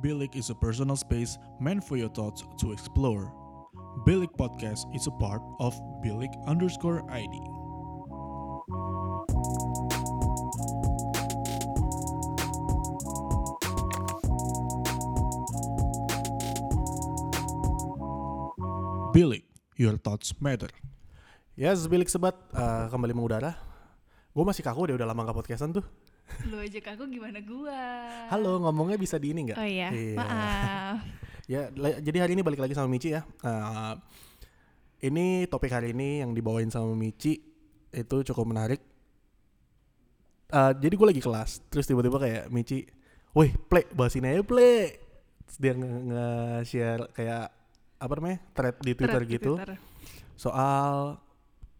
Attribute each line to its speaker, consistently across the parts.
Speaker 1: Bilik is a personal space meant for your thoughts to explore. Bilik Podcast is a part of Bilik underscore ID. Bilik, your thoughts matter.
Speaker 2: Yes, Bilik Ya, Sebat eh, kembali mengudara. Gue masih kaku deh udah lama gak podcastan tuh.
Speaker 3: Lu aja kaku gimana gua?
Speaker 2: Halo, ngomongnya bisa di ini nggak?
Speaker 3: Oh iya, maaf.
Speaker 2: Ya, la- jadi hari ini balik lagi sama Mici ya. Eh, ini topik hari ini yang dibawain sama Mici itu cukup menarik. Eh, jadi gue lagi kelas, terus tiba-tiba kayak Mici, weh play, bahasin aja play. Terus dia nge- nge-share kayak apa namanya thread di Twitter
Speaker 3: Thread di
Speaker 2: gitu
Speaker 3: Twitter.
Speaker 2: soal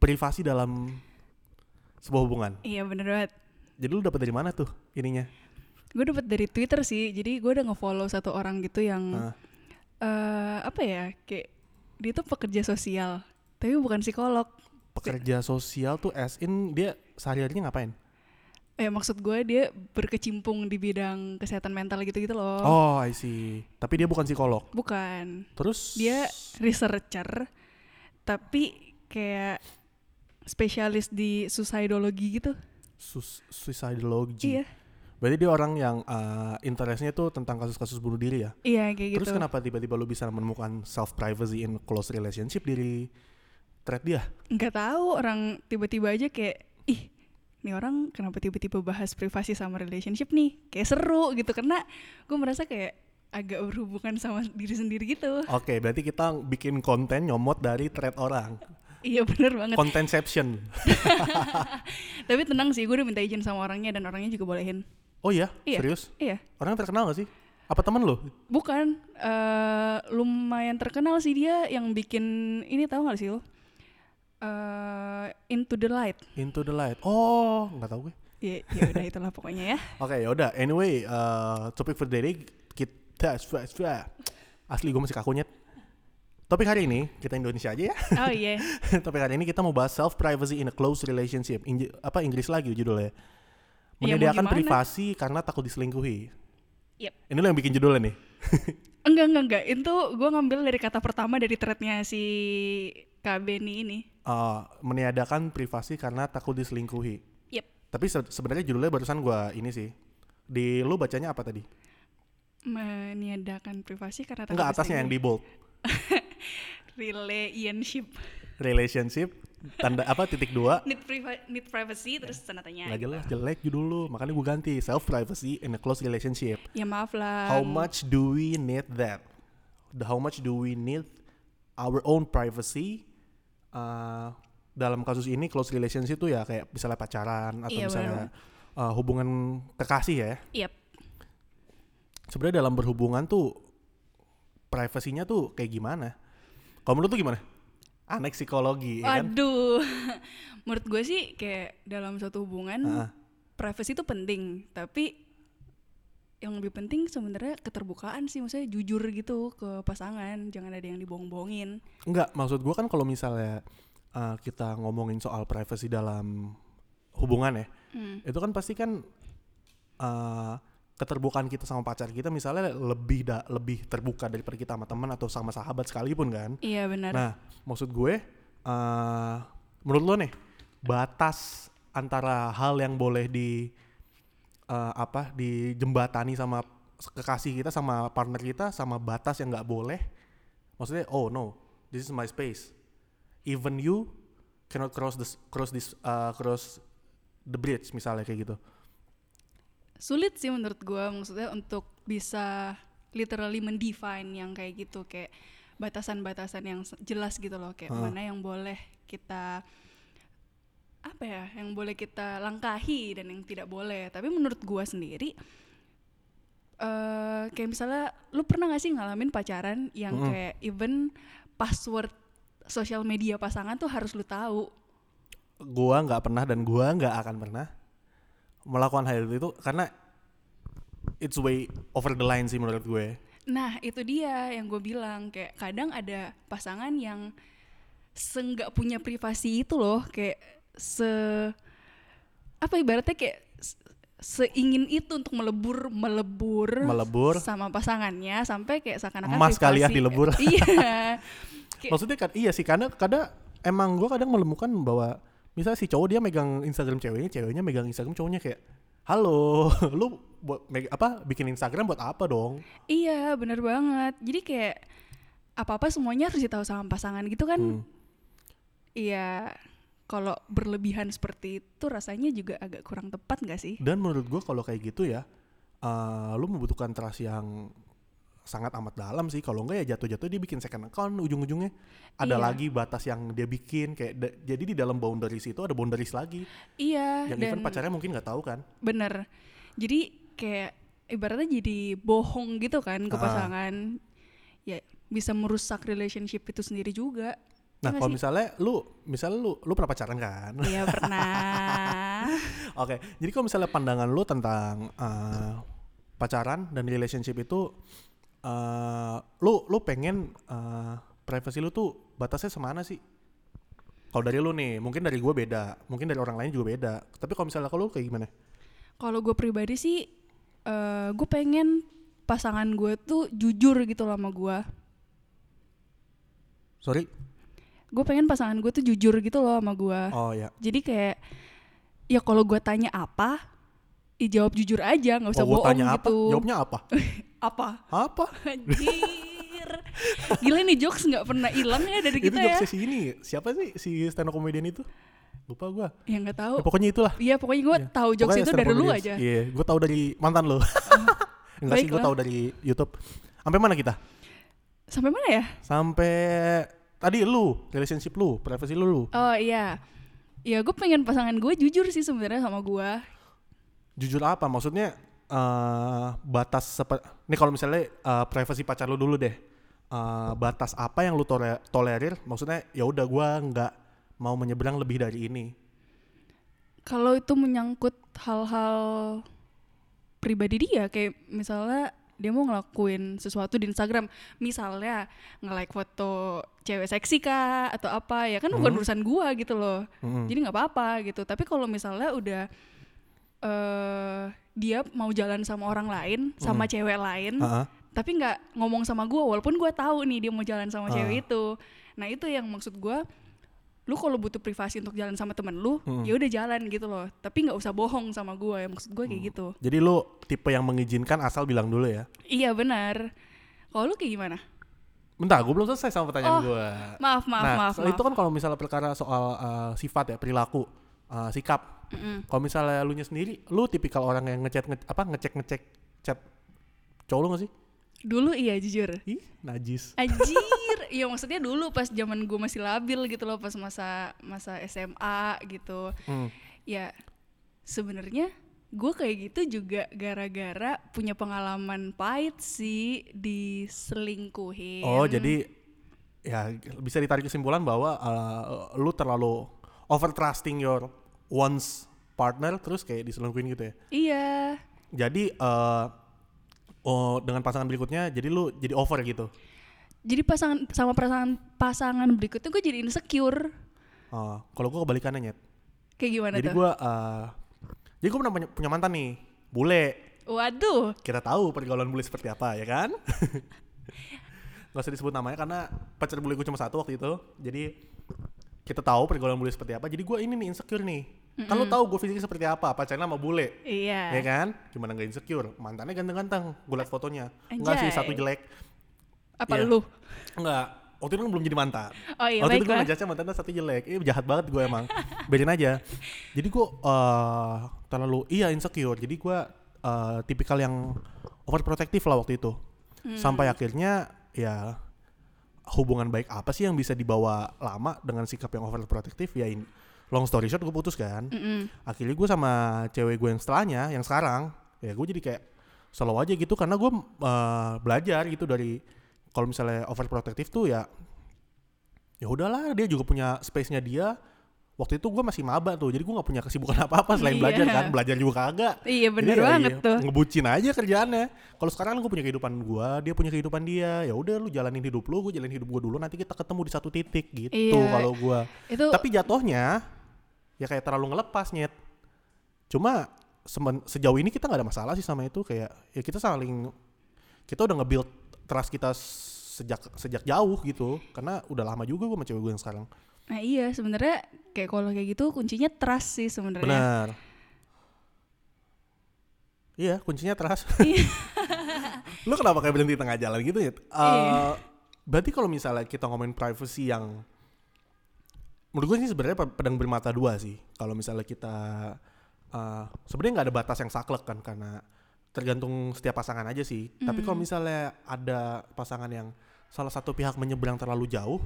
Speaker 2: privasi dalam sebuah hubungan.
Speaker 3: Iya bener banget.
Speaker 2: Jadi lu dapat dari mana tuh ininya?
Speaker 3: Gue dapet dari Twitter sih. Jadi gue udah nge-follow satu orang gitu yang
Speaker 2: Hah.
Speaker 3: eh apa ya? Kayak dia tuh pekerja sosial, tapi bukan psikolog.
Speaker 2: Pekerja sosial tuh as in dia sehari-harinya ngapain?
Speaker 3: Eh maksud gue dia berkecimpung di bidang kesehatan mental gitu-gitu loh.
Speaker 2: Oh, I see. Tapi dia bukan psikolog.
Speaker 3: Bukan.
Speaker 2: Terus
Speaker 3: Dia researcher tapi kayak spesialis di suicidologi gitu.
Speaker 2: sus suicidology.
Speaker 3: Iya.
Speaker 2: Berarti dia orang yang eh, interestnya tuh tentang kasus-kasus bunuh diri ya.
Speaker 3: Iya kayak gitu.
Speaker 2: Terus kenapa tiba-tiba lu bisa menemukan self privacy in close relationship dari thread dia?
Speaker 3: nggak tahu orang tiba-tiba aja kayak ih ini orang kenapa tiba-tiba bahas privasi sama relationship nih kayak seru gitu karena gue merasa kayak agak berhubungan sama diri sendiri gitu
Speaker 2: Oke, berarti kita bikin konten nyomot dari thread orang.
Speaker 3: iya bener banget
Speaker 2: Contentception.
Speaker 3: tapi tenang sih gue udah minta izin sama orangnya dan orangnya juga bolehin
Speaker 2: Oh iya?
Speaker 3: Iya.
Speaker 2: Serius?
Speaker 3: iya
Speaker 2: Orang terkenal gak sih? Apa temen lu?
Speaker 3: bukan eh, lumayan terkenal sih dia yang bikin ini tahu nggak sih lo Eh, into the light
Speaker 2: Into the Light. Oh, nggak tahu gue.
Speaker 3: ya ya udah itulah pokoknya ya
Speaker 2: Oke, yaudah. Anyway, eh, topik for the day kita asli gue masih kakunya. Topik hari ini kita Indonesia aja ya.
Speaker 3: oh iya
Speaker 2: Topik hari ini kita mau bahas self privacy in a close relationship. Inj- apa Inggris lagi judulnya?
Speaker 3: Iya, mau
Speaker 2: Menyediakan
Speaker 3: gimana?
Speaker 2: privasi karena takut diselingkuhi.
Speaker 3: Yep.
Speaker 2: Ini lo yang bikin judulnya nih.
Speaker 3: Enggak, enggak, enggak. Itu gue ngambil dari kata pertama dari threadnya si Kak Benny ini.
Speaker 2: Eh, meniadakan privasi karena takut diselingkuhi.
Speaker 3: Yep.
Speaker 2: Tapi se- sebenarnya judulnya barusan gue ini sih. Di lu bacanya apa tadi?
Speaker 3: Meniadakan privasi karena takut
Speaker 2: Enggak atasnya yang di bold.
Speaker 3: Relationship.
Speaker 2: Relationship tanda apa titik dua
Speaker 3: Need, priva- need privacy, terus tanda tanya.
Speaker 2: nggak jelas jelek judul lu makanya gue ganti self privacy in a close relationship
Speaker 3: Ya maaf lah.
Speaker 2: how much do we need that The- how much do we need our own privacy Uh, dalam kasus ini close relationship tuh ya kayak misalnya pacaran atau
Speaker 3: Iya,
Speaker 2: misalnya uh, hubungan kekasih ya
Speaker 3: Yep.
Speaker 2: sebenarnya dalam berhubungan tuh privasinya tuh kayak gimana kalau menurut tuh gimana anek psikologi ya kan
Speaker 3: Waduh. Menurut gue sih kayak dalam suatu hubungan,
Speaker 2: Ah.
Speaker 3: privacy itu penting. Tapi yang lebih penting sebenarnya keterbukaan sih. Maksudnya jujur gitu ke pasangan. Jangan ada yang dibohong-bohongin.
Speaker 2: Enggak, maksud gue kan kalau misalnya uh, kita ngomongin soal privacy dalam hubungan ya,
Speaker 3: Hmm.
Speaker 2: itu kan pasti kan uh, keterbukaan kita sama pacar kita misalnya lebih da- lebih terbuka daripada kita sama teman atau sama sahabat sekalipun kan.
Speaker 3: Iya benar.
Speaker 2: Nah, maksud gue, uh, menurut lo nih batas antara hal yang boleh di uh, apa dijembatani sama kekasih kita sama partner kita sama batas yang nggak boleh maksudnya oh no this is my space even you cannot cross this cross this uh, cross the bridge misalnya kayak gitu
Speaker 3: sulit sih menurut gue maksudnya untuk bisa literally mendefine yang kayak gitu kayak batasan-batasan yang se- jelas gitu loh kayak
Speaker 2: Ah.
Speaker 3: mana yang boleh kita apa ya yang boleh kita langkahi dan yang tidak boleh tapi menurut gue sendiri eh kayak misalnya lu pernah gak sih ngalamin pacaran yang
Speaker 2: Mm-mm.
Speaker 3: kayak even password sosial media pasangan tuh harus lu tahu
Speaker 2: gua nggak pernah dan gua nggak akan pernah melakukan hal itu karena it's way over the line sih menurut gue
Speaker 3: Nah, itu dia yang gue bilang kayak kadang ada pasangan yang senggak punya privasi itu loh, kayak se apa ibaratnya kayak s- seingin itu untuk melebur melebur
Speaker 2: Melebur.
Speaker 3: sama pasangannya sampai kayak seakan-akan
Speaker 2: Emas kali ya
Speaker 3: privasi-
Speaker 2: dilebur.
Speaker 3: iya Kayak-
Speaker 2: Maksudnya kan iya sih karena kadang emang gua kadang menemukan bahwa misalnya si cowok dia megang Instagram ceweknya, ceweknya megang Instagram cowoknya kayak halo, lu buat meg- apa bikin Instagram buat apa dong?
Speaker 3: iya bener banget jadi kayak apa apa semuanya harus ditahu sama pasangan gitu kan
Speaker 2: Hmm.
Speaker 3: iya kalau berlebihan seperti itu rasanya juga agak kurang tepat nggak sih
Speaker 2: Dan menurut gua kalau kayak gitu ya eh, lu membutuhkan trust yang sangat amat dalam sih kalau enggak ya jatuh-jatuh dia bikin second account ujung-ujungnya ada
Speaker 3: Iya.
Speaker 2: lagi batas yang dia bikin kayak da- jadi di dalam boundaries itu ada boundaries lagi
Speaker 3: iya
Speaker 2: yang even
Speaker 3: dan
Speaker 2: pacarnya mungkin nggak tahu kan
Speaker 3: bener jadi kayak ibaratnya jadi bohong gitu kan ke
Speaker 2: Ah.
Speaker 3: pasangan ya bisa merusak relationship itu sendiri juga
Speaker 2: nah
Speaker 3: Iya nggak
Speaker 2: kalau
Speaker 3: sih?
Speaker 2: misalnya lu misalnya lu lu pernah pacaran kan
Speaker 3: Iya pernah.
Speaker 2: Oke, jadi kalau misalnya pandangan lu tentang eh, pacaran dan relationship itu, eh, lu lu pengen eh, privacy lu tuh batasnya semana sih? Kalau dari lu nih, mungkin dari gue beda, mungkin dari orang lain juga beda. Tapi kalau misalnya kalau lu kayak gimana?
Speaker 3: Kalau gue pribadi sih, eh gue pengen pasangan gue tuh jujur gitu loh sama gue.
Speaker 2: Sorry?
Speaker 3: Gue pengen pasangan gue tuh jujur gitu loh sama gue.
Speaker 2: Oh ya.
Speaker 3: Jadi kayak, ya kalau gue tanya apa, ya jawab jujur aja, nggak usah
Speaker 2: Oh, gua
Speaker 3: bohong
Speaker 2: tanya apa?
Speaker 3: gitu.
Speaker 2: Jawabnya apa?
Speaker 3: Apa?
Speaker 2: Apa?
Speaker 3: Anjir. Gila nih jokes nggak pernah hilang ya dari
Speaker 2: itu
Speaker 3: kita ya.
Speaker 2: jokesnya si ini. Siapa sih si stand up comedian itu? Lupa gue.
Speaker 3: Ya nggak tahu.
Speaker 2: pokoknya itulah.
Speaker 3: Iya pokoknya gue
Speaker 2: Iya.
Speaker 3: tahu jokes
Speaker 2: Pokoknya
Speaker 3: itu
Speaker 2: stand
Speaker 3: dari
Speaker 2: up
Speaker 3: lu
Speaker 2: comedians.
Speaker 3: aja.
Speaker 2: Iya, gue tahu dari mantan lo. Enggak sih, gue
Speaker 3: Baiklah.
Speaker 2: tahu dari YouTube. Sampai mana kita?
Speaker 3: Sampai mana ya?
Speaker 2: Sampai tadi lu, relationship lu, privacy lu, lu.
Speaker 3: Oh iya. Ya gue pengen pasangan gue jujur sih sebenarnya sama gue.
Speaker 2: Jujur apa? Maksudnya eh batas seperti ini kalau misalnya eh, privacy pacar lu dulu deh. Eh, batas apa yang lu tole- tolerir? Maksudnya ya udah gua nggak mau menyeberang lebih dari ini.
Speaker 3: kalau itu menyangkut hal-hal pribadi dia kayak misalnya dia mau ngelakuin sesuatu di Instagram misalnya nge-like foto cewek seksi kah atau apa ya kan bukan
Speaker 2: Hmm.
Speaker 3: urusan gua gitu loh
Speaker 2: Mm-mm.
Speaker 3: jadi nggak apa-apa gitu tapi kalau misalnya udah eh dia mau jalan sama orang lain sama
Speaker 2: Hmm.
Speaker 3: cewek lain
Speaker 2: Heeh.
Speaker 3: tapi nggak ngomong sama gua walaupun gua tahu nih dia mau jalan
Speaker 2: Ah.
Speaker 3: sama cewek itu nah itu yang maksud gua lu kalau butuh privasi untuk jalan sama temen lu
Speaker 2: Mm.
Speaker 3: ya udah jalan gitu loh tapi nggak usah bohong sama gua ya maksud gua kayak gitu
Speaker 2: Jadi lu tipe yang mengizinkan asal bilang dulu ya.
Speaker 3: iya benar kalau lu kayak gimana
Speaker 2: Bentar, gue belum selesai sama pertanyaan
Speaker 3: Oh,
Speaker 2: gua
Speaker 3: maaf maaf
Speaker 2: nah,
Speaker 3: maaf,
Speaker 2: soal
Speaker 3: maaf.
Speaker 2: itu kan kalau misalnya perkara soal uh, sifat ya, perilaku, uh, sikap.
Speaker 3: Mm-mm.
Speaker 2: Kalau misalnya lu sendiri, lu tipikal orang yang ngechat nge apa ngecek-ngecek chat cowok lu gak sih?
Speaker 3: dulu iya jujur
Speaker 2: Ih, najis.
Speaker 3: Anjir, ya maksudnya dulu pas zaman gua masih labil gitu loh, pas masa masa SMA gitu.
Speaker 2: Hmm.
Speaker 3: ya sebenarnya gue kayak gitu juga gara-gara punya pengalaman pahit sih diselingkuhin
Speaker 2: Oh, jadi ya bisa ditarik kesimpulan bahwa uh, lu terlalu over trusting your one's partner terus kayak diselingkuhin gitu ya.
Speaker 3: iya
Speaker 2: Jadi uh, oh dengan pasangan berikutnya jadi lu jadi over gitu.
Speaker 3: jadi pasangan sama pasangan pasangan berikutnya gue jadi insecure
Speaker 2: Uh, kalau gua kebalikannya nyet.
Speaker 3: kayak gimana
Speaker 2: jadi
Speaker 3: tuh
Speaker 2: gue jadi gue pernah punya, punya mantan nih bule
Speaker 3: waduh
Speaker 2: kita tahu pergaulan bule seperti apa ya kan nggak usah disebut namanya karena pacar bule gue cuma satu waktu itu jadi kita tahu pergaulan bule seperti apa jadi gue ini nih insecure nih kan lo tahu gue fisiknya seperti apa pacarnya sama bule ya
Speaker 3: iya
Speaker 2: kan gimana nggak insecure mantannya ganteng-ganteng gue liat fotonya enggak sih
Speaker 3: Anjay.
Speaker 2: satu jelek
Speaker 3: apa
Speaker 2: Iya.
Speaker 3: lu
Speaker 2: enggak waktu itu kan belum jadi mantan
Speaker 3: oh iya
Speaker 2: Waktu itu gue
Speaker 3: baiklah
Speaker 2: ngejudge mantannya satu jelek. Eh jahat banget gue emang. Biarin aja. Jadi gue terlalu iya insecure. Jadi gue eh, tipikal yang overprotective lah waktu itu.
Speaker 3: Hmm.
Speaker 2: Sampai akhirnya ya hubungan baik apa sih yang bisa dibawa lama dengan sikap yang overprotective ya ini. Long story short gue putus kan.
Speaker 3: Mm-mm.
Speaker 2: Akhirnya gue sama cewek gue yang setelahnya, yang sekarang, ya gue jadi kayak slow aja gitu karena gue eh, belajar gitu dari kalau misalnya overprotective tuh ya ya udahlah dia juga punya space-nya dia. Waktu itu gue masih maba tuh, jadi gue nggak punya kesibukan apa-apa selain
Speaker 3: Iya.
Speaker 2: belajar kan, belajar juga kagak.
Speaker 3: iya bener
Speaker 2: Jadi ya
Speaker 3: banget
Speaker 2: iya,
Speaker 3: tuh
Speaker 2: Ngebucin aja kerjaannya. Kalau sekarang gue punya kehidupan gue, dia punya kehidupan dia. Ya udah lu jalanin hidup lu, gue jalanin hidup gue dulu. Nanti kita ketemu di satu titik gitu.
Speaker 3: Iya.
Speaker 2: Kalau gue
Speaker 3: itu
Speaker 2: tapi jatuhnya ya kayak terlalu ngelepas nyet cuma semen- sejauh ini kita nggak ada masalah sih sama itu kayak ya kita saling kita udah nge-build trust kita sejak sejak jauh gitu karena udah lama juga gue sama cewek gue yang sekarang
Speaker 3: Nah iya sebenarnya kayak kalau kayak gitu kuncinya trust sih sebenarnya.
Speaker 2: benar iya kuncinya trust
Speaker 3: Iya.
Speaker 2: lu kenapa kayak berhenti di tengah jalan gitu ya Eh, berarti kalau misalnya kita ngomongin privacy yang menurut gue ini sebenarnya pe- pedang bermata dua sih kalau misalnya kita eh, sebenarnya nggak ada batas yang saklek kan karena tergantung setiap pasangan aja sih tapi kalau misalnya ada pasangan yang salah satu pihak menyeberang terlalu jauh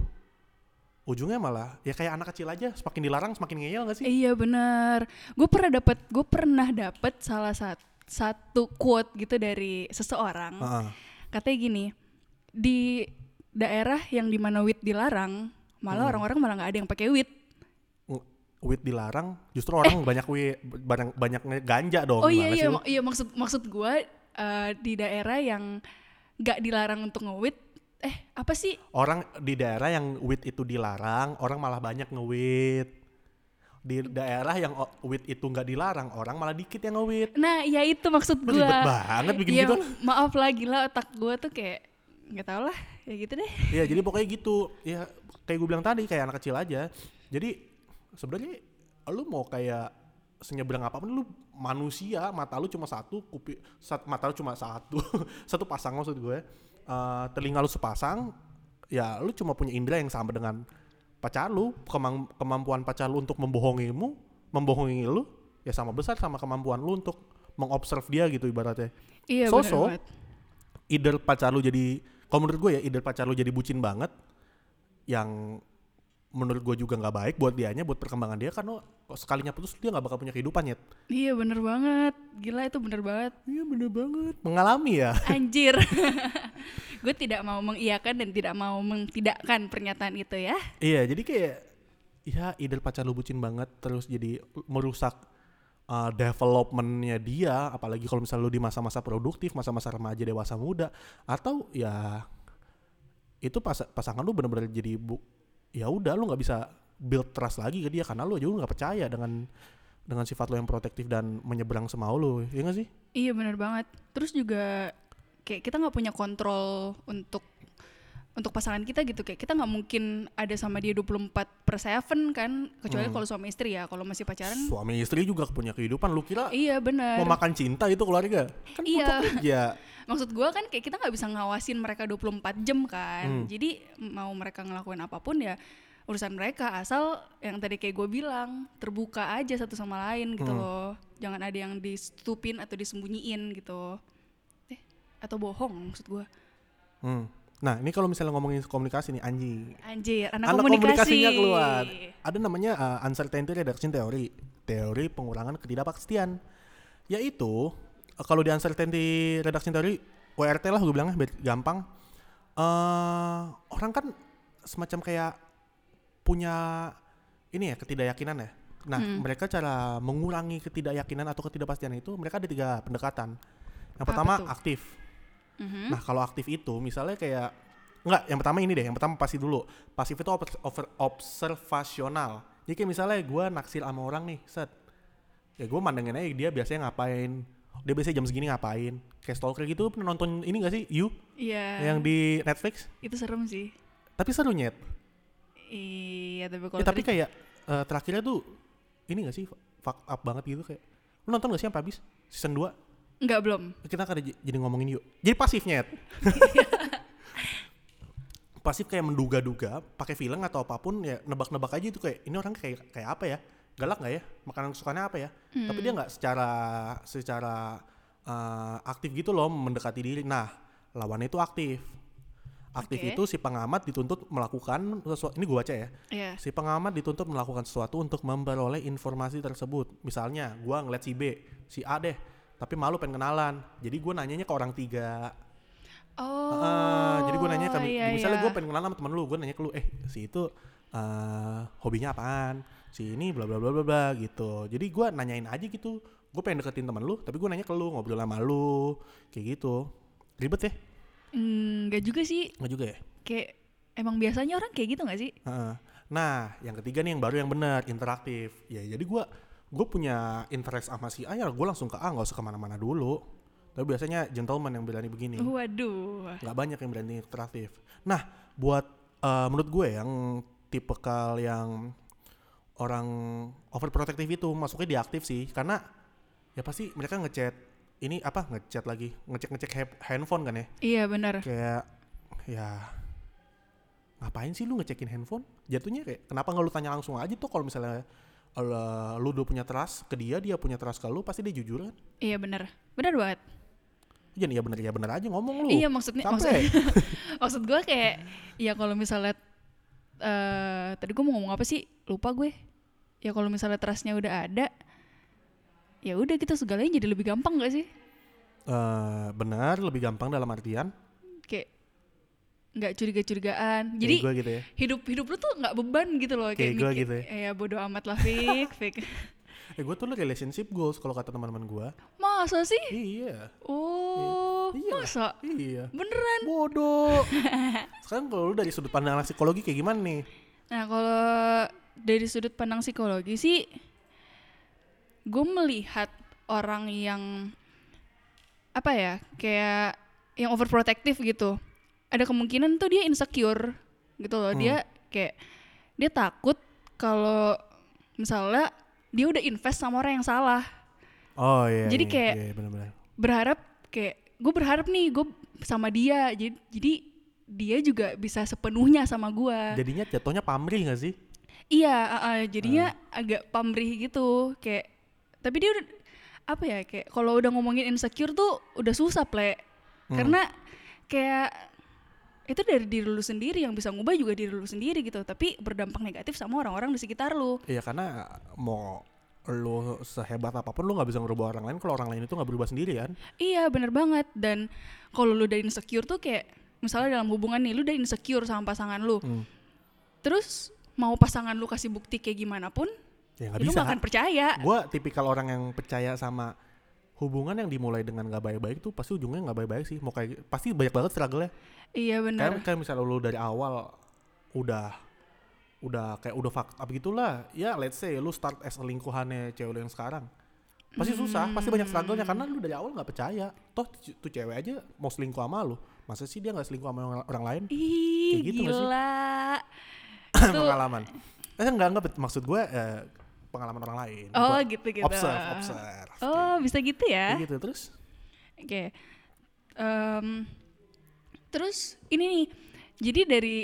Speaker 2: ujungnya malah ya kayak anak kecil aja semakin dilarang semakin ngeyel gak sih
Speaker 3: Iya benar. Gue pernah dapat gue pernah dapat salah sat- satu quote gitu dari seseorang.
Speaker 2: Heeh.
Speaker 3: Katanya gini, di daerah yang dimana wit dilarang,
Speaker 2: Hmm.
Speaker 3: malah orang-orang malah nggak ada yang pakai wit.
Speaker 2: W- Weed dilarang, justru orang banyak weed, banyak banyak ganja dong.
Speaker 3: Eh. Oh, iya
Speaker 2: gimana
Speaker 3: iya
Speaker 2: sih lu?
Speaker 3: mak- iya maksud maksud gue eh, di daerah yang nggak dilarang untuk ngewit. Eh apa sih?
Speaker 2: Orang di daerah yang weed itu dilarang, orang malah banyak nge-weed. Di daerah yang o- weed itu nggak dilarang, orang malah dikit yang nge-weed.
Speaker 3: Nah ya itu maksud
Speaker 2: Lu
Speaker 3: gue.
Speaker 2: Ribet banget bikin
Speaker 3: Iya,
Speaker 2: gitu.
Speaker 3: maaf lah gila otak gue tuh kayak nggak tau lah ya gitu deh.
Speaker 2: Iya, jadi pokoknya gitu. Ya kayak gue bilang tadi kayak anak kecil aja. Jadi sebenarnya lu mau kayak senyebrang apapun lu manusia, mata lu cuma satu, kupi sat- mata lu cuma satu. satu pasang maksud gue. Eh, telinga lu sepasang, ya lu cuma punya indera yang sama dengan pacar lu, Kemang- kemampuan pacar lu untuk membohongimu, membohongi lu ya sama besar sama kemampuan lu untuk mengobserve dia gitu ibaratnya
Speaker 3: Iya bener
Speaker 2: So-so.
Speaker 3: banget.
Speaker 2: either pacar lu jadi kalau menurut gue ya either pacar lu jadi bucin banget yang menurut gue juga nggak baik buat dianya buat perkembangan dia karena kalau sekalinya putus dia nggak bakal punya kehidupan ya
Speaker 3: Iya bener banget. Gila itu bener banget.
Speaker 2: iya bener banget mengalami ya
Speaker 3: Anjir. gue tidak mau mengiyakan dan tidak mau mentidakkan pernyataan itu ya.
Speaker 2: iya jadi kayak ya either pacar lu bucin banget terus jadi merusak uh, developmentnya dia apalagi kalau misalnya lu di masa-masa produktif masa-masa remaja dewasa muda atau ya itu pas- pasangan lu bener-bener jadi bu ya udah lu nggak bisa build trust lagi ke dia karena lu juga nggak percaya dengan dengan sifat lu yang protektif dan menyeberang semau lu ya nggak sih
Speaker 3: Iya bener banget. Terus juga kayak kita nggak punya kontrol untuk untuk pasangan kita gitu kayak kita nggak mungkin ada sama dia 24 per 7 kan kecuali kalau suami istri ya kalau masih pacaran
Speaker 2: suami istri juga punya kehidupan lu kira
Speaker 3: iya bener
Speaker 2: mau makan cinta itu keluarga kan butuh
Speaker 3: Iya.
Speaker 2: kerja
Speaker 3: maksud gua kan kayak kita nggak bisa ngawasin mereka 24 jam
Speaker 2: Hmm.
Speaker 3: kan jadi mau mereka ngelakuin apapun ya urusan mereka asal yang tadi kayak gue bilang terbuka aja satu sama lain
Speaker 2: Hmm.
Speaker 3: gitu loh jangan ada yang distupin atau disembunyiin gitu eh atau bohong maksud gua
Speaker 2: Hmm. Nah, ini kalau misalnya ngomongin komunikasi nih, anjing.
Speaker 3: anjir anak,
Speaker 2: Anak
Speaker 3: komunikasi
Speaker 2: komunikasinya keluar. Ada namanya uh, uncertainty reduction theory. Teori pengurangan ketidakpastian. Yaitu, eh, kalau di uncertainty reduction theory, WRT lah gue bilangnya biar gampang. eh orang kan semacam kayak punya ini ya ketidakyakinan ya. Nah,
Speaker 3: Hmm.
Speaker 2: mereka cara mengurangi ketidakyakinan atau ketidakpastian itu mereka ada tiga pendekatan. Yang
Speaker 3: Apa
Speaker 2: pertama
Speaker 3: tuh?
Speaker 2: aktif.
Speaker 3: Mhm.
Speaker 2: Nah, kalau aktif itu misalnya kayak enggak, yang pertama ini deh, yang pertama pasti dulu. Pasif itu obs- over- observasional. Jadi kayak misalnya gue naksir sama orang nih, set. Ya gue mandangin aja dia biasanya ngapain. Dia biasanya jam segini ngapain. Kayak stalker gitu pernah nonton ini gak sih? You
Speaker 3: iya
Speaker 2: yang di Netflix.
Speaker 3: itu serem sih
Speaker 2: Tapi seru nyet.
Speaker 3: iya
Speaker 2: Ya,
Speaker 3: tapi kalau
Speaker 2: tapi
Speaker 3: tadi-
Speaker 2: kayak eh, terakhirnya tuh ini gak sih fuck up banget gitu kayak. Lu nonton gak sih sampai habis? Season 2
Speaker 3: nggak belum
Speaker 2: kita akan j- jadi ngomongin yuk. Jadi pasifnya. Ed. pasif kayak menduga-duga pakai film atau apapun ya nebak-nebak aja itu kayak ini orang kayak kayak apa ya galak nggak ya makanan kesukaannya apa ya tapi dia nggak secara secara eh, aktif gitu loh mendekati diri nah lawannya itu aktif aktif
Speaker 3: Oke.
Speaker 2: itu si pengamat dituntut melakukan sesuatu ini gua baca ya
Speaker 3: iya
Speaker 2: Si pengamat dituntut melakukan sesuatu untuk memperoleh informasi tersebut. Misalnya, gua ngeliat si B, si A deh, tapi malu pengen kenalan. Jadi gua nanyanya ke orang tiga.
Speaker 3: oh
Speaker 2: Ah, jadi gua nanya ke,
Speaker 3: iya,
Speaker 2: misalnya
Speaker 3: iya.
Speaker 2: gua pengen kenalan sama temen lu, gua nanya ke lu, eh si itu eh, hobinya apaan? Si ini bla bla bla bla bla gitu. Jadi gua nanyain aja gitu. Gue pengen deketin temen lu, tapi gue nanya ke lu, ngobrol sama lu, kayak gitu. Ribet ya?
Speaker 3: Hmm, nggak juga sih
Speaker 2: Nggak juga ya?
Speaker 3: kayak emang biasanya orang kayak gitu nggak sih?
Speaker 2: Heeh. Nah, yang ketiga nih yang baru yang benar interaktif. Ya jadi gua gue punya interest sama si A ya gue langsung ke A nggak usah kemana-mana dulu tapi biasanya gentleman yang berani begini
Speaker 3: Waduh.
Speaker 2: nggak banyak yang berani interaktif. Nah, buat eh, menurut gue yang tipekal yang orang overprotective itu masuknya di aktif sih, karena ya pasti mereka ngechat ini apa ngechat lagi ngecek ngecek handphone kan ya
Speaker 3: Iya benar.
Speaker 2: kayak ya ngapain sih lu ngecekin handphone jatuhnya kayak kenapa nggak lu tanya langsung aja tuh kalau misalnya eh, lu udah punya trust ke dia dia punya trust ke lu pasti dia jujur kan
Speaker 3: Iya benar. Benar banget.
Speaker 2: jadi ya bener ya bener aja ngomong lu
Speaker 3: Iya maksudnya maksud,
Speaker 2: Sampai.
Speaker 3: maksud gue kayak ya kalau misalnya eh tadi gue mau ngomong apa sih lupa gue ya kalau misalnya trustnya udah ada ya udah gitu segalanya jadi lebih gampang gak sih
Speaker 2: eh benar lebih gampang dalam artian
Speaker 3: kayak nggak curiga-curigaan
Speaker 2: jadi
Speaker 3: jadi
Speaker 2: gue gitu ya
Speaker 3: hidup hidup lu tuh nggak beban gitu loh
Speaker 2: Kayak
Speaker 3: kayak,
Speaker 2: gua
Speaker 3: mikir,
Speaker 2: gitu ya.
Speaker 3: "Eh, ya bodo amat lah Fik Fik
Speaker 2: eh gue tuh relationship goals kalau kata teman-teman gue
Speaker 3: masa sih
Speaker 2: iya
Speaker 3: oh
Speaker 2: Iya.
Speaker 3: masa
Speaker 2: iya
Speaker 3: beneran
Speaker 2: bodoh sekarang kalau lu dari sudut pandang anak psikologi kayak gimana nih
Speaker 3: Nah, kalau dari sudut pandang psikologi sih, gue melihat orang yang apa ya, kayak yang overprotective gitu. Ada kemungkinan tuh dia insecure gitu loh. Dia kayak dia takut kalau misalnya dia udah invest sama orang yang salah.
Speaker 2: oh iya
Speaker 3: Jadi
Speaker 2: iya,
Speaker 3: kayak- eh.
Speaker 2: iya, benar-benar
Speaker 3: Berharap kayak gue berharap nih gue sama dia. Jadi, jadi dia juga bisa sepenuhnya sama gue.
Speaker 2: jadinya jatuhnya pamrih gak sih
Speaker 3: Iya, uh, uh, jadinya agak pamrih gitu, kayak tapi dia udah apa ya kayak kalau udah ngomongin insecure tuh udah susah ple,
Speaker 2: Hmm.
Speaker 3: karena kayak itu dari diri lu sendiri yang bisa ngubah juga diri lu sendiri gitu, tapi berdampak negatif sama orang-orang di sekitar lu.
Speaker 2: iya karena mau lu sehebat apapun lu nggak bisa ngerubah orang lain kalau orang lain itu nggak berubah sendiri kan
Speaker 3: Iya, bener banget. Dan kalau lu udah insecure tuh kayak misalnya dalam hubungan nih, lu udah insecure sama pasangan lu,
Speaker 2: Hmm.
Speaker 3: terus mau pasangan lu kasih bukti kayak gimana pun,
Speaker 2: ya
Speaker 3: ya
Speaker 2: nggak
Speaker 3: lu
Speaker 2: bisa
Speaker 3: gak akan percaya.
Speaker 2: gue tipikal orang yang percaya sama hubungan yang dimulai dengan nggak baik-baik tuh pasti ujungnya nggak baik-baik sih mau kayak pasti banyak banget struggle ya
Speaker 3: Iya bener.
Speaker 2: kayak kayak misalnya lu dari awal udah udah kayak udah fucked up gitulah ya let's say lu start as lingkuhannya cewek lu yang sekarang pasti susah pasti banyak struggle-nya karena lu dari awal nggak percaya toh c- tuh cewek aja mau selingkuh sama lu masa sih dia nggak selingkuh sama orang- orang lain Kayak
Speaker 3: Ih,
Speaker 2: gitu nggak sih?
Speaker 3: gila. Itu-
Speaker 2: pengalaman eh enggak enggak bet- maksud gue eh, pengalaman orang lain
Speaker 3: Oh,
Speaker 2: Gua
Speaker 3: gitu-gitu.
Speaker 2: observe observe
Speaker 3: Oh, bisa gitu
Speaker 2: Kayak
Speaker 3: ya?
Speaker 2: gitu terus
Speaker 3: Oke. Em, terus ini nih. Jadi dari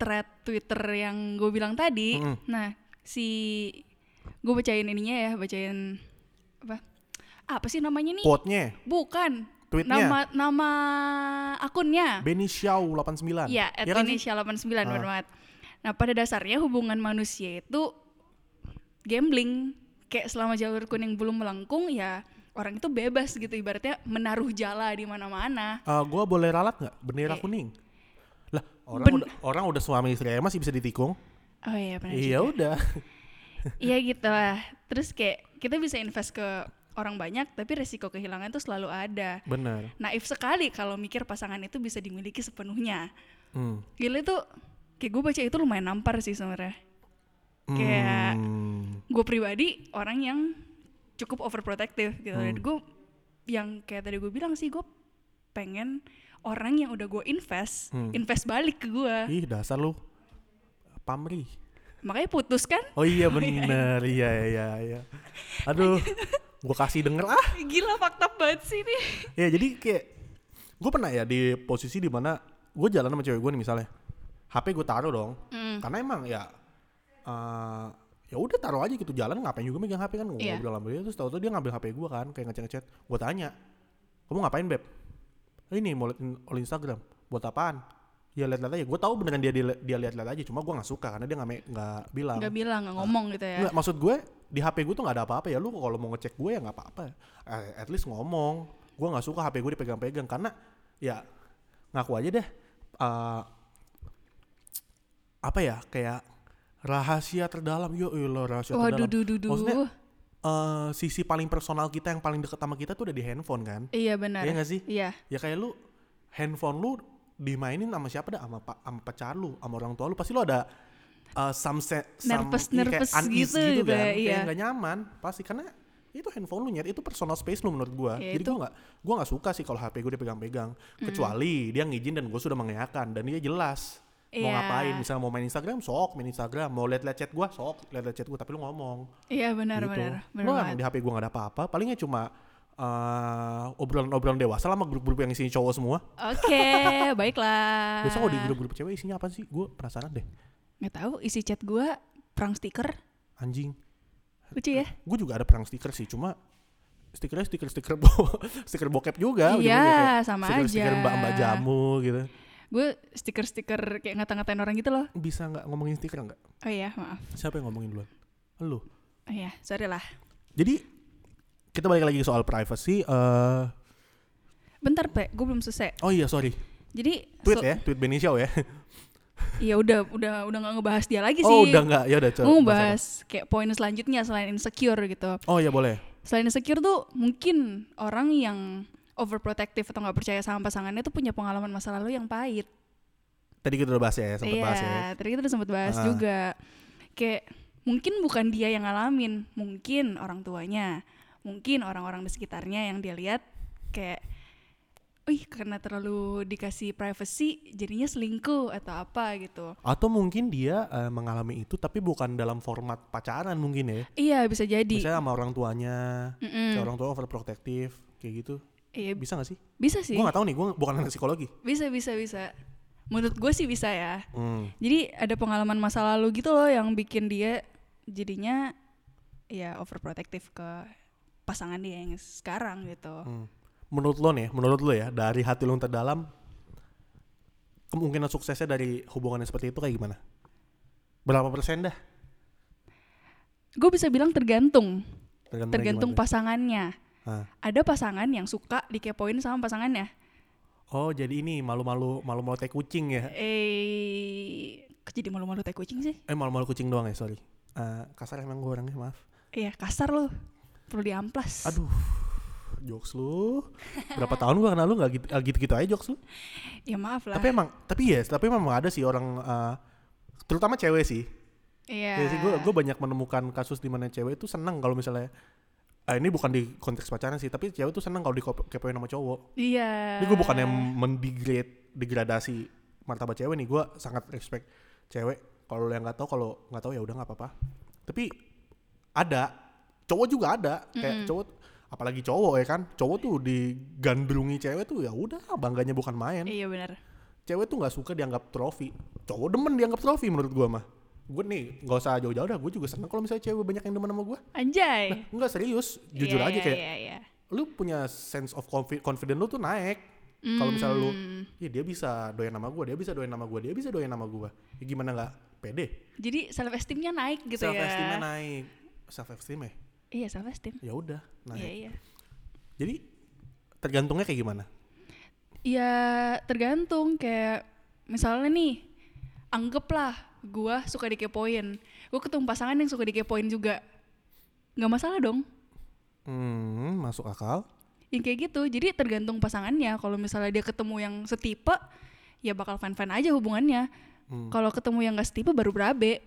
Speaker 3: thread Twitter yang gue bilang tadi,
Speaker 2: Mm-mm.
Speaker 3: nah si gue bacain ininya ya, bacain apa? Apa sih namanya nih?
Speaker 2: quote-nya
Speaker 3: Bukan.
Speaker 2: Tweetnya.
Speaker 3: Nama nama akunnya.
Speaker 2: Benny Xiao 89
Speaker 3: Ya, at
Speaker 2: kan sih?
Speaker 3: inisial 89
Speaker 2: Ah.
Speaker 3: benar banget. Nah, pada dasarnya hubungan manusia itu gambling. Kayak selama jalur kuning belum melengkung ya orang itu bebas gitu ibaratnya menaruh jala di mana-mana.
Speaker 2: Eh, gua boleh ralat nggak bendera
Speaker 3: Eh.
Speaker 2: kuning? Lah orang
Speaker 3: Ben-
Speaker 2: udah orang udah suami istri aja masih bisa ditikung?
Speaker 3: Oh iya benar.
Speaker 2: Iya
Speaker 3: juga.
Speaker 2: udah.
Speaker 3: Iya gitu lah. Terus kayak kita bisa invest ke orang banyak tapi resiko kehilangan itu selalu ada.
Speaker 2: Bener.
Speaker 3: Nah, if sekali kalau mikir pasangan itu bisa dimiliki sepenuhnya.
Speaker 2: Hmm.
Speaker 3: Gila itu kayak gue baca itu lumayan nampar sih sebenarnya. Kayak-
Speaker 2: Hmm.
Speaker 3: gue pribadi orang yang cukup overprotective gitu dan
Speaker 2: Hmm.
Speaker 3: gue yang kayak tadi gue bilang sih gue pengen orang yang udah gue invest
Speaker 2: Hmm.
Speaker 3: invest balik ke gue
Speaker 2: Ih dasar lu pamri.
Speaker 3: makanya putus kan
Speaker 2: Oh iya bener. iya iya iya. Aduh. gua kasih denger ah.
Speaker 3: gila fakta banget sih nih
Speaker 2: Ya jadi kayak gua pernah ya di posisi dimana gua jalan sama cewek gua nih misalnya. HP gua taruh dong.
Speaker 3: Mm.
Speaker 2: Karena emang ya eh ya udah taruh aja gitu jalan ngapain juga megang HP kan ngobrol
Speaker 3: Iya.
Speaker 2: sama dia terus tahu-tahu dia ngambil HP gua kan kayak ngechat-ngechat. Gua tanya, "Kamu ngapain, Beb?" "Eh, "Ini mau liat all Instagram." "Buat apaan?" "Ya lihat-lihat aja." Gua tahu beneran dia dia, dia lihat-lihat aja, cuma gua nggak suka karena dia nggak me- nggak bilang.
Speaker 3: nggak bilang nggak ngomong gitu ya
Speaker 2: Nggak, maksud gue di HP gue tuh nggak ada apa-apa ya lu kalau mau ngecek gue ya nggak apa-apa Eh, at least ngomong gue nggak suka HP gue dipegang-pegang karena ya ngaku aja deh eh, apa ya kayak rahasia terdalam yo lo rahasia
Speaker 3: waduh
Speaker 2: terdalam
Speaker 3: duh, duh, duh.
Speaker 2: Maksudnya, Eh, sisi paling personal kita yang paling deket sama kita tuh udah di handphone kan
Speaker 3: iya benar
Speaker 2: iya nggak sih?
Speaker 3: iya
Speaker 2: ya kayak lu handphone lu dimainin sama siapa dah sama pa- sama pacar lu sama orang tua lu pasti lu ada uh, some se-
Speaker 3: Nervous-
Speaker 2: some, iya, kayak
Speaker 3: nervous
Speaker 2: unease
Speaker 3: gitu gitu
Speaker 2: kan
Speaker 3: ya,
Speaker 2: kayak
Speaker 3: iya.
Speaker 2: nggak nyaman pasti karena itu handphone lu nyet itu personal space lu menurut gua
Speaker 3: Iya,
Speaker 2: jadi
Speaker 3: itu- Mm.
Speaker 2: gua nggak gua nggak suka sih kalau HP gua dipegang-pegang kecuali dia ngizin dan gua sudah mengiyakan dan dia jelas mau
Speaker 3: Iya.
Speaker 2: ngapain misalnya mau main Instagram sok main Instagram mau lihat-lihat chat gua sok lihat-lihat chat gua tapi lu ngomong
Speaker 3: Iya benar
Speaker 2: gitu.
Speaker 3: benar benar
Speaker 2: Gua
Speaker 3: banget.
Speaker 2: di HP gua nggak ada apa-apa palingnya cuma eh, obrolan-obrolan dewasa sama grup-grup yang isinya cowok semua
Speaker 3: Oke, baiklah.
Speaker 2: biasanya kalau di grup-grup cewek isinya apa sih gua penasaran deh
Speaker 3: nggak tahu isi chat gua perang stiker
Speaker 2: anjing
Speaker 3: lucu ya?
Speaker 2: gue juga ada perang stiker sih cuma stikernya stiker stiker bo stiker bokep juga
Speaker 3: Iya,
Speaker 2: ujung-ujungnya kayak
Speaker 3: sama
Speaker 2: stiker stiker
Speaker 3: aja.
Speaker 2: mbak mbak jamu gitu
Speaker 3: Gue stiker-stiker kayak ngata-ngatain orang gitu loh.
Speaker 2: bisa nggak ngomongin stiker nggak
Speaker 3: Oh iya, maaf.
Speaker 2: siapa yang ngomongin duluan lu
Speaker 3: Oh iya, sorry lah.
Speaker 2: jadi kita balik lagi ke soal privacy eh
Speaker 3: Bentar, Pe, gue belum selesai.
Speaker 2: oh iya sorry
Speaker 3: Jadi
Speaker 2: tweet
Speaker 3: so-
Speaker 2: ya tweet Benny Xiao ya
Speaker 3: Iya udah udah udah nggak ngebahas dia lagi
Speaker 2: oh
Speaker 3: sih.
Speaker 2: udah nggak ya udah coba
Speaker 3: Gue mau bahas kayak poin selanjutnya selain insecure gitu.
Speaker 2: oh iya boleh
Speaker 3: Selain insecure tuh mungkin orang yang overprotective atau nggak percaya sama pasangannya tuh punya pengalaman masa lalu yang pahit.
Speaker 2: tadi kita udah bahas ya sempat
Speaker 3: Iya,
Speaker 2: bahas ya
Speaker 3: tadi kita udah sempat bahas
Speaker 2: Ah.
Speaker 3: juga. Kayak mungkin bukan dia yang ngalamin, mungkin orang tuanya, mungkin orang-orang di sekitarnya yang dia lihat kayak Wih, karena terlalu dikasih privacy, jadinya selingkuh atau apa gitu.
Speaker 2: atau mungkin dia eh, mengalami itu tapi bukan dalam format pacaran mungkin ya
Speaker 3: Iya, bisa jadi.
Speaker 2: misalnya sama orang tuanya
Speaker 3: Mm-mm.
Speaker 2: kayak orang tua overprotective kayak gitu
Speaker 3: Iya, bi-
Speaker 2: bisa nggak sih
Speaker 3: bisa sih.
Speaker 2: Gue gak tahu nih, gue bukan anak psikologi.
Speaker 3: Bisa, bisa, bisa. Menurut gue sih bisa ya.
Speaker 2: Hmm.
Speaker 3: Jadi ada pengalaman masa lalu gitu loh yang bikin dia jadinya ya overprotective ke pasangan dia yang sekarang gitu.
Speaker 2: hmm. Menurut lo nih, menurut lo ya, dari hati lo yang terdalam, kemungkinan suksesnya dari hubungannya seperti itu kayak gimana? Berapa persen dah?
Speaker 3: Gue bisa bilang tergantung,
Speaker 2: Tergantung,
Speaker 3: tergantung pasangannya.
Speaker 2: Ah.
Speaker 3: Ada pasangan yang suka dikepoin sama pasangannya.
Speaker 2: Oh jadi ini malu-malu malu-malu teh kucing ya?
Speaker 3: Eh, kok jadi malu-malu tai kucing sih?
Speaker 2: Eh malu-malu kucing doang ya, sorry. Eh, kasar emang gue orangnya, maaf.
Speaker 3: Iya kasar loh, perlu diamplas.
Speaker 2: Aduh, jokes lu. Berapa tahun gue kenal lu gak gitu- gak gitu-gitu aja jokes lu.
Speaker 3: Ya maaf lah.
Speaker 2: Tapi emang, tapi ya, tapi memang ada sih orang, eh, terutama cewek sih,
Speaker 3: Iya.
Speaker 2: Ya sih, gue banyak menemukan kasus di mana cewek itu seneng kalau misalnya ah, ini bukan di konteks pacaran sih, tapi cewek itu seneng kalau dikepoin sama cowok.
Speaker 3: Iya.
Speaker 2: Ini gue bukan yang mendegrade degradasi martabat cewek nih, gue sangat respect cewek. Kalau lo yang nggak tahu, kalau nggak tahu ya udah nggak apa-apa. Tapi ada cowok juga ada kayak cowok apalagi cowok ya kan cowok tuh digandrungi cewek tuh ya udah bangganya bukan main
Speaker 3: Iya benar.
Speaker 2: cewek tuh nggak suka dianggap trofi cowok demen dianggap trofi menurut gua mah gue nih nggak usah jauh-jauh dah gue juga seneng kalau misalnya cewek banyak yang demen sama gue
Speaker 3: Anjay.
Speaker 2: nggak serius Nah, jujur
Speaker 3: Iya,
Speaker 2: aja
Speaker 3: iya,
Speaker 2: kayak
Speaker 3: Iya, iya.
Speaker 2: lu punya sense of confi- confident lu tuh naik kalau misalnya lu
Speaker 3: Hmm.
Speaker 2: ya dia bisa doyan nama gue dia bisa doyan nama gue dia bisa doyan nama gue ya gimana nggak pede
Speaker 3: Jadi self esteemnya naik gitu
Speaker 2: self
Speaker 3: ya.
Speaker 2: esteemnya naik self esteem ya
Speaker 3: Iya self esteem.
Speaker 2: ya udah
Speaker 3: Iya
Speaker 2: naik
Speaker 3: iya.
Speaker 2: jadi tergantungnya kayak gimana
Speaker 3: Ya tergantung kayak misalnya nih anggaplah gua suka dikepoin. Gua ketemu pasangan yang suka dikepoin juga. nggak masalah dong.
Speaker 2: hmm masuk akal
Speaker 3: Yang kayak gitu. Jadi tergantung pasangannya. Kalau misalnya dia ketemu yang setipe ya bakal fan-fan aja hubungannya. Kalau ketemu yang gak setipe baru berabe.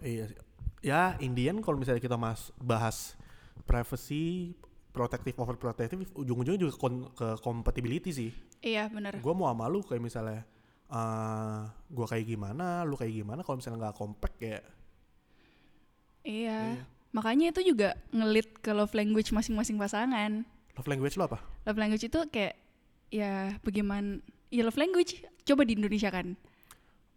Speaker 2: Iya sih. Ya, Indian kalau misalnya kita mas bahas privacy, protective overprotective, ujung-ujungnya juga kon- ke compatibility sih.
Speaker 3: Iya bener.
Speaker 2: Gua mau sama lu kayak misalnya eh gua kayak gimana, lu kayak gimana kalau misalnya nggak compact kayak
Speaker 3: Iya. Makanya itu juga ngelit ke love language masing-masing pasangan.
Speaker 2: love language lu apa?
Speaker 3: love language itu kayak ya bagaimana ya love language coba di Indonesia kan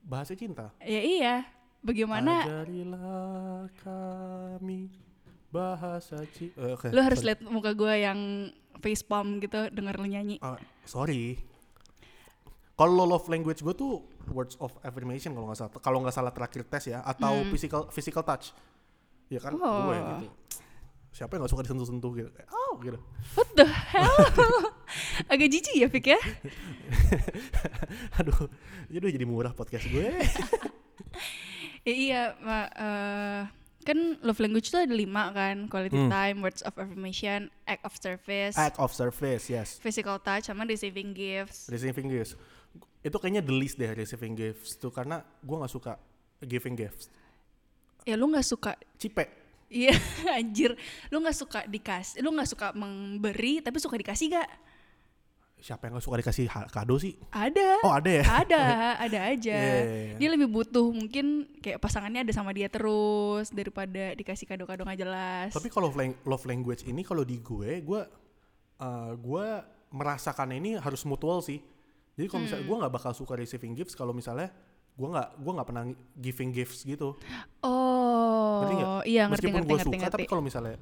Speaker 2: Bahasa cinta.
Speaker 3: ya iya bagaimana
Speaker 2: Ajarilah kami bahasa eh, cinta.
Speaker 3: lu harus lihat muka gue yang face palm gitu denger lu nyanyi
Speaker 2: Ah, sorry. Kalau love language gue tuh words of affirmation kalau nggak salah. Kalau nggak salah terakhir tes ya atau physical physical touch. Ya kan gue
Speaker 3: Hmm. Oh.
Speaker 2: gitu. Siapa yang nggak suka disentuh-sentuh gitu? Eh, Oh gitu.
Speaker 3: what the hell agak jijik ya Fik ya
Speaker 2: Aduh, ya jadi jadi murah podcast gue.
Speaker 3: Ya iya ma- eh, kan love language itu ada lima kan quality
Speaker 2: Hmm.
Speaker 3: time words of affirmation act of service
Speaker 2: Act of service, yes.
Speaker 3: physical touch sama receiving gifts
Speaker 2: Ya. Receiving gifts. Itu kayaknya the least deh receiving gifts tuh karena gue nggak suka giving gifts
Speaker 3: ya lu nggak suka
Speaker 2: cipe
Speaker 3: iya anjir lu nggak suka dikasih lu nggak suka memberi tapi suka dikasih gak
Speaker 2: siapa yang gak suka dikasih ha- kado sih
Speaker 3: ada
Speaker 2: oh ada ya
Speaker 3: ada ada aja
Speaker 2: Iya, iya, iya.
Speaker 3: dia lebih butuh mungkin kayak pasangannya ada sama dia terus daripada dikasih kado-kado nggak jelas
Speaker 2: Tapi kalau lang- love language ini kalau di gue, gue eh, gue merasakan ini harus mutual sih. Jadi kalau
Speaker 3: Hmm.
Speaker 2: misalnya gue nggak bakal suka receiving gifts kalau misalnya gue nggak gue nggak pernah giving gifts gitu. Ngerti nggak?
Speaker 3: oh iya ngerti
Speaker 2: Meskipun
Speaker 3: ngerti
Speaker 2: gue
Speaker 3: ngerti
Speaker 2: suka,
Speaker 3: ngerti
Speaker 2: tapi kalau misalnya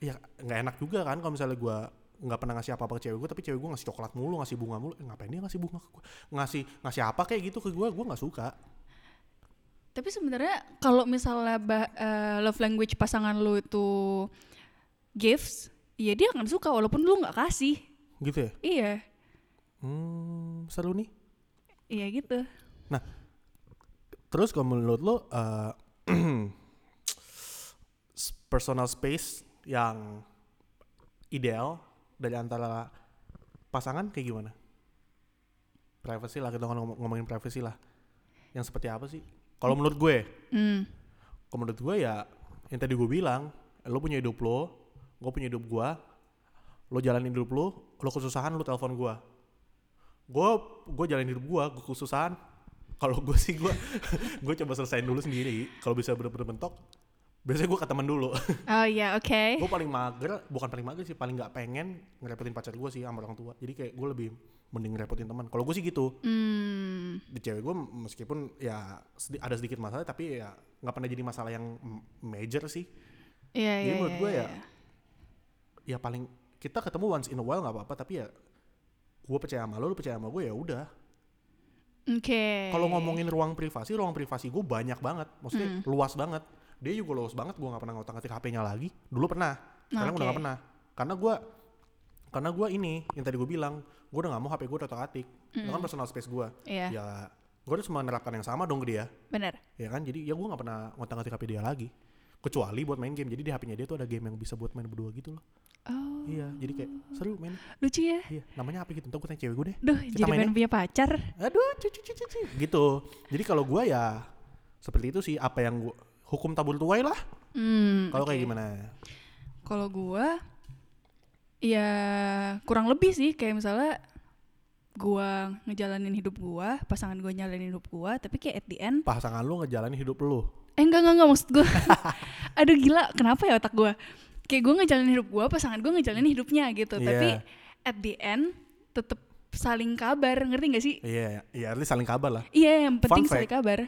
Speaker 2: ya nggak enak juga kan kalau misalnya gue nggak pernah ngasih apa-apa ke cewek gue tapi cewek gue ngasih coklat mulu ngasih bunga mulu Eh, ngapain dia ngasih bunga ke gue ngasih ngasih apa kayak gitu ke gue gue nggak suka
Speaker 3: Tapi sebenarnya kalau misalnya bah- eh, love language pasangan lu itu gifts, ya dia akan suka walaupun lu nggak kasih.
Speaker 2: gitu ya
Speaker 3: Iya,
Speaker 2: hmm seru nih
Speaker 3: iya gitu.
Speaker 2: Terus kalau menurut lo eh, personal space yang ideal dari antara pasangan kayak gimana? Privacy lah kita ngom- ngomongin privacy lah. Yang seperti apa sih? Kalau menurut gue,
Speaker 3: Hmm.
Speaker 2: kalau menurut gue ya yang tadi gue bilang, lo punya hidup lo, gue punya hidup gue, lo jalanin hidup lo, lo kesusahan lo telepon gue. Gue gue jalanin hidup gue, gue kesusahan. Kalau gue sih gue gue coba selesain dulu sendiri. Kalau bisa bener-bener mentok, biasanya gue ke temen dulu.
Speaker 3: Oh iya, oke.
Speaker 2: gue paling mager, bukan paling mager sih, paling nggak pengen ngerepotin pacar gue sih sama orang tua. Jadi kayak gue lebih mending ngerepotin teman. Kalau gue sih gitu
Speaker 3: Hmm.
Speaker 2: di cewek gue meskipun ya sedi- ada sedikit masalah tapi ya nggak pernah jadi masalah yang m- major sih
Speaker 3: Iya,
Speaker 2: Jadi
Speaker 3: iya.
Speaker 2: menurut
Speaker 3: iya,
Speaker 2: gue ya,
Speaker 3: iya.
Speaker 2: ya paling kita ketemu once in a while nggak apa-apa tapi ya gue percaya sama lo lo percaya sama gue ya udah
Speaker 3: Oke. Hmm.
Speaker 2: kalau ngomongin ruang privasi ruang privasi gue banyak banget maksudnya luas banget dia juga luas banget gue nggak pernah ngotak atik HP-nya lagi dulu pernah sekarang udah nggak
Speaker 3: Oke.
Speaker 2: pernah karena gue karena gue ini yang tadi gue bilang gue udah nggak mau HP gue udah atik itu
Speaker 3: Hmm.
Speaker 2: kan personal space gue
Speaker 3: Iya,
Speaker 2: ya gue harus menerapkan yang sama dong ke dia
Speaker 3: benar.
Speaker 2: ya kan jadi ya gue nggak pernah ngotak ngatik HP dia lagi kecuali buat main game jadi di HP-nya dia tuh ada game yang bisa buat main berdua gitu loh
Speaker 3: Oh,
Speaker 2: iya jadi kayak seru main
Speaker 3: lucu ya.
Speaker 2: iya namanya apa gitu ntar gue tanya cewek gue deh
Speaker 3: Duh,
Speaker 2: Kita
Speaker 3: jadi
Speaker 2: mainnya.
Speaker 3: pengen punya pacar.
Speaker 2: aduh cucu cucu cucu gitu jadi kalau gue ya seperti itu sih apa yang gue hukum tabur tuai lah
Speaker 3: Hmm.
Speaker 2: kalau
Speaker 3: oke.
Speaker 2: kayak gitu. gimana
Speaker 3: Kalau gua ya kurang lebih sih kayak misalnya gua ngejalanin hidup gua, pasangan gua nyalain hidup gua, tapi kayak at the end
Speaker 2: pasangan lu ngejalanin hidup lu
Speaker 3: Eh enggak enggak enggak maksud gue Aduh gila kenapa ya otak gue Kayak gue ngejalanin hidup gue pasangan gue ngejalanin hidupnya gitu Tapi
Speaker 2: Iya.
Speaker 3: at the end tetap saling kabar ngerti gak sih?
Speaker 2: iya iya at least saling kabar lah
Speaker 3: Iya yang
Speaker 2: Fun
Speaker 3: penting
Speaker 2: fact.
Speaker 3: saling kabar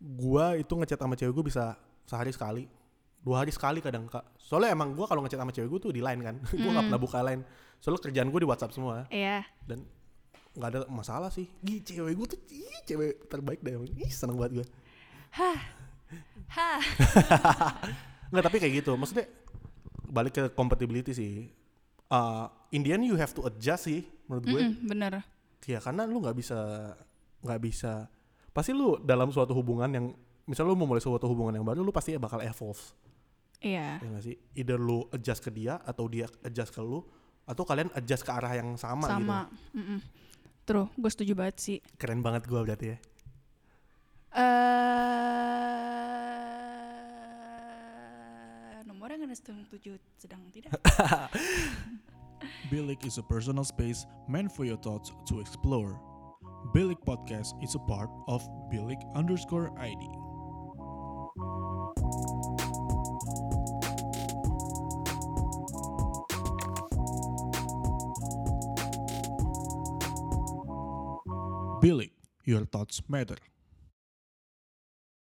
Speaker 2: gue itu ngechat sama cewek gue bisa sehari sekali dua hari sekali kadang kak soalnya emang gue kalau ngechat sama cewek gue tuh di line kan gue nggak pernah buka line soalnya kerjaan gue di WhatsApp semua
Speaker 3: Iya
Speaker 2: dan nggak ada masalah sih Gih, cewek gue tuh ih, cewek terbaik deh emang. ih seneng banget gue
Speaker 3: Hah Hah
Speaker 2: nggak tapi kayak gitu maksudnya balik ke compatibility sih Eh, in the end you have to adjust sih menurut gue
Speaker 3: Mm-mm, Bener
Speaker 2: ya karena lu nggak bisa nggak bisa pasti lu dalam suatu hubungan yang misal lu mau mulai suatu hubungan yang baru lu pasti bakal evolve
Speaker 3: Iya
Speaker 2: ya nggak sih either lu adjust ke dia atau dia adjust ke lu atau kalian adjust ke arah yang sama,
Speaker 3: sama
Speaker 2: gitu
Speaker 3: Mm-mm. Terus gue setuju banget sih
Speaker 2: keren banget gua berarti ya
Speaker 3: eh Nomornya nggak ada sedang tujuh sedang tidak
Speaker 1: Bilik is a personal space meant for your thoughts to explore. Bilik Podcast is a part of Bilik underscore ID. Bilik, your thoughts matter.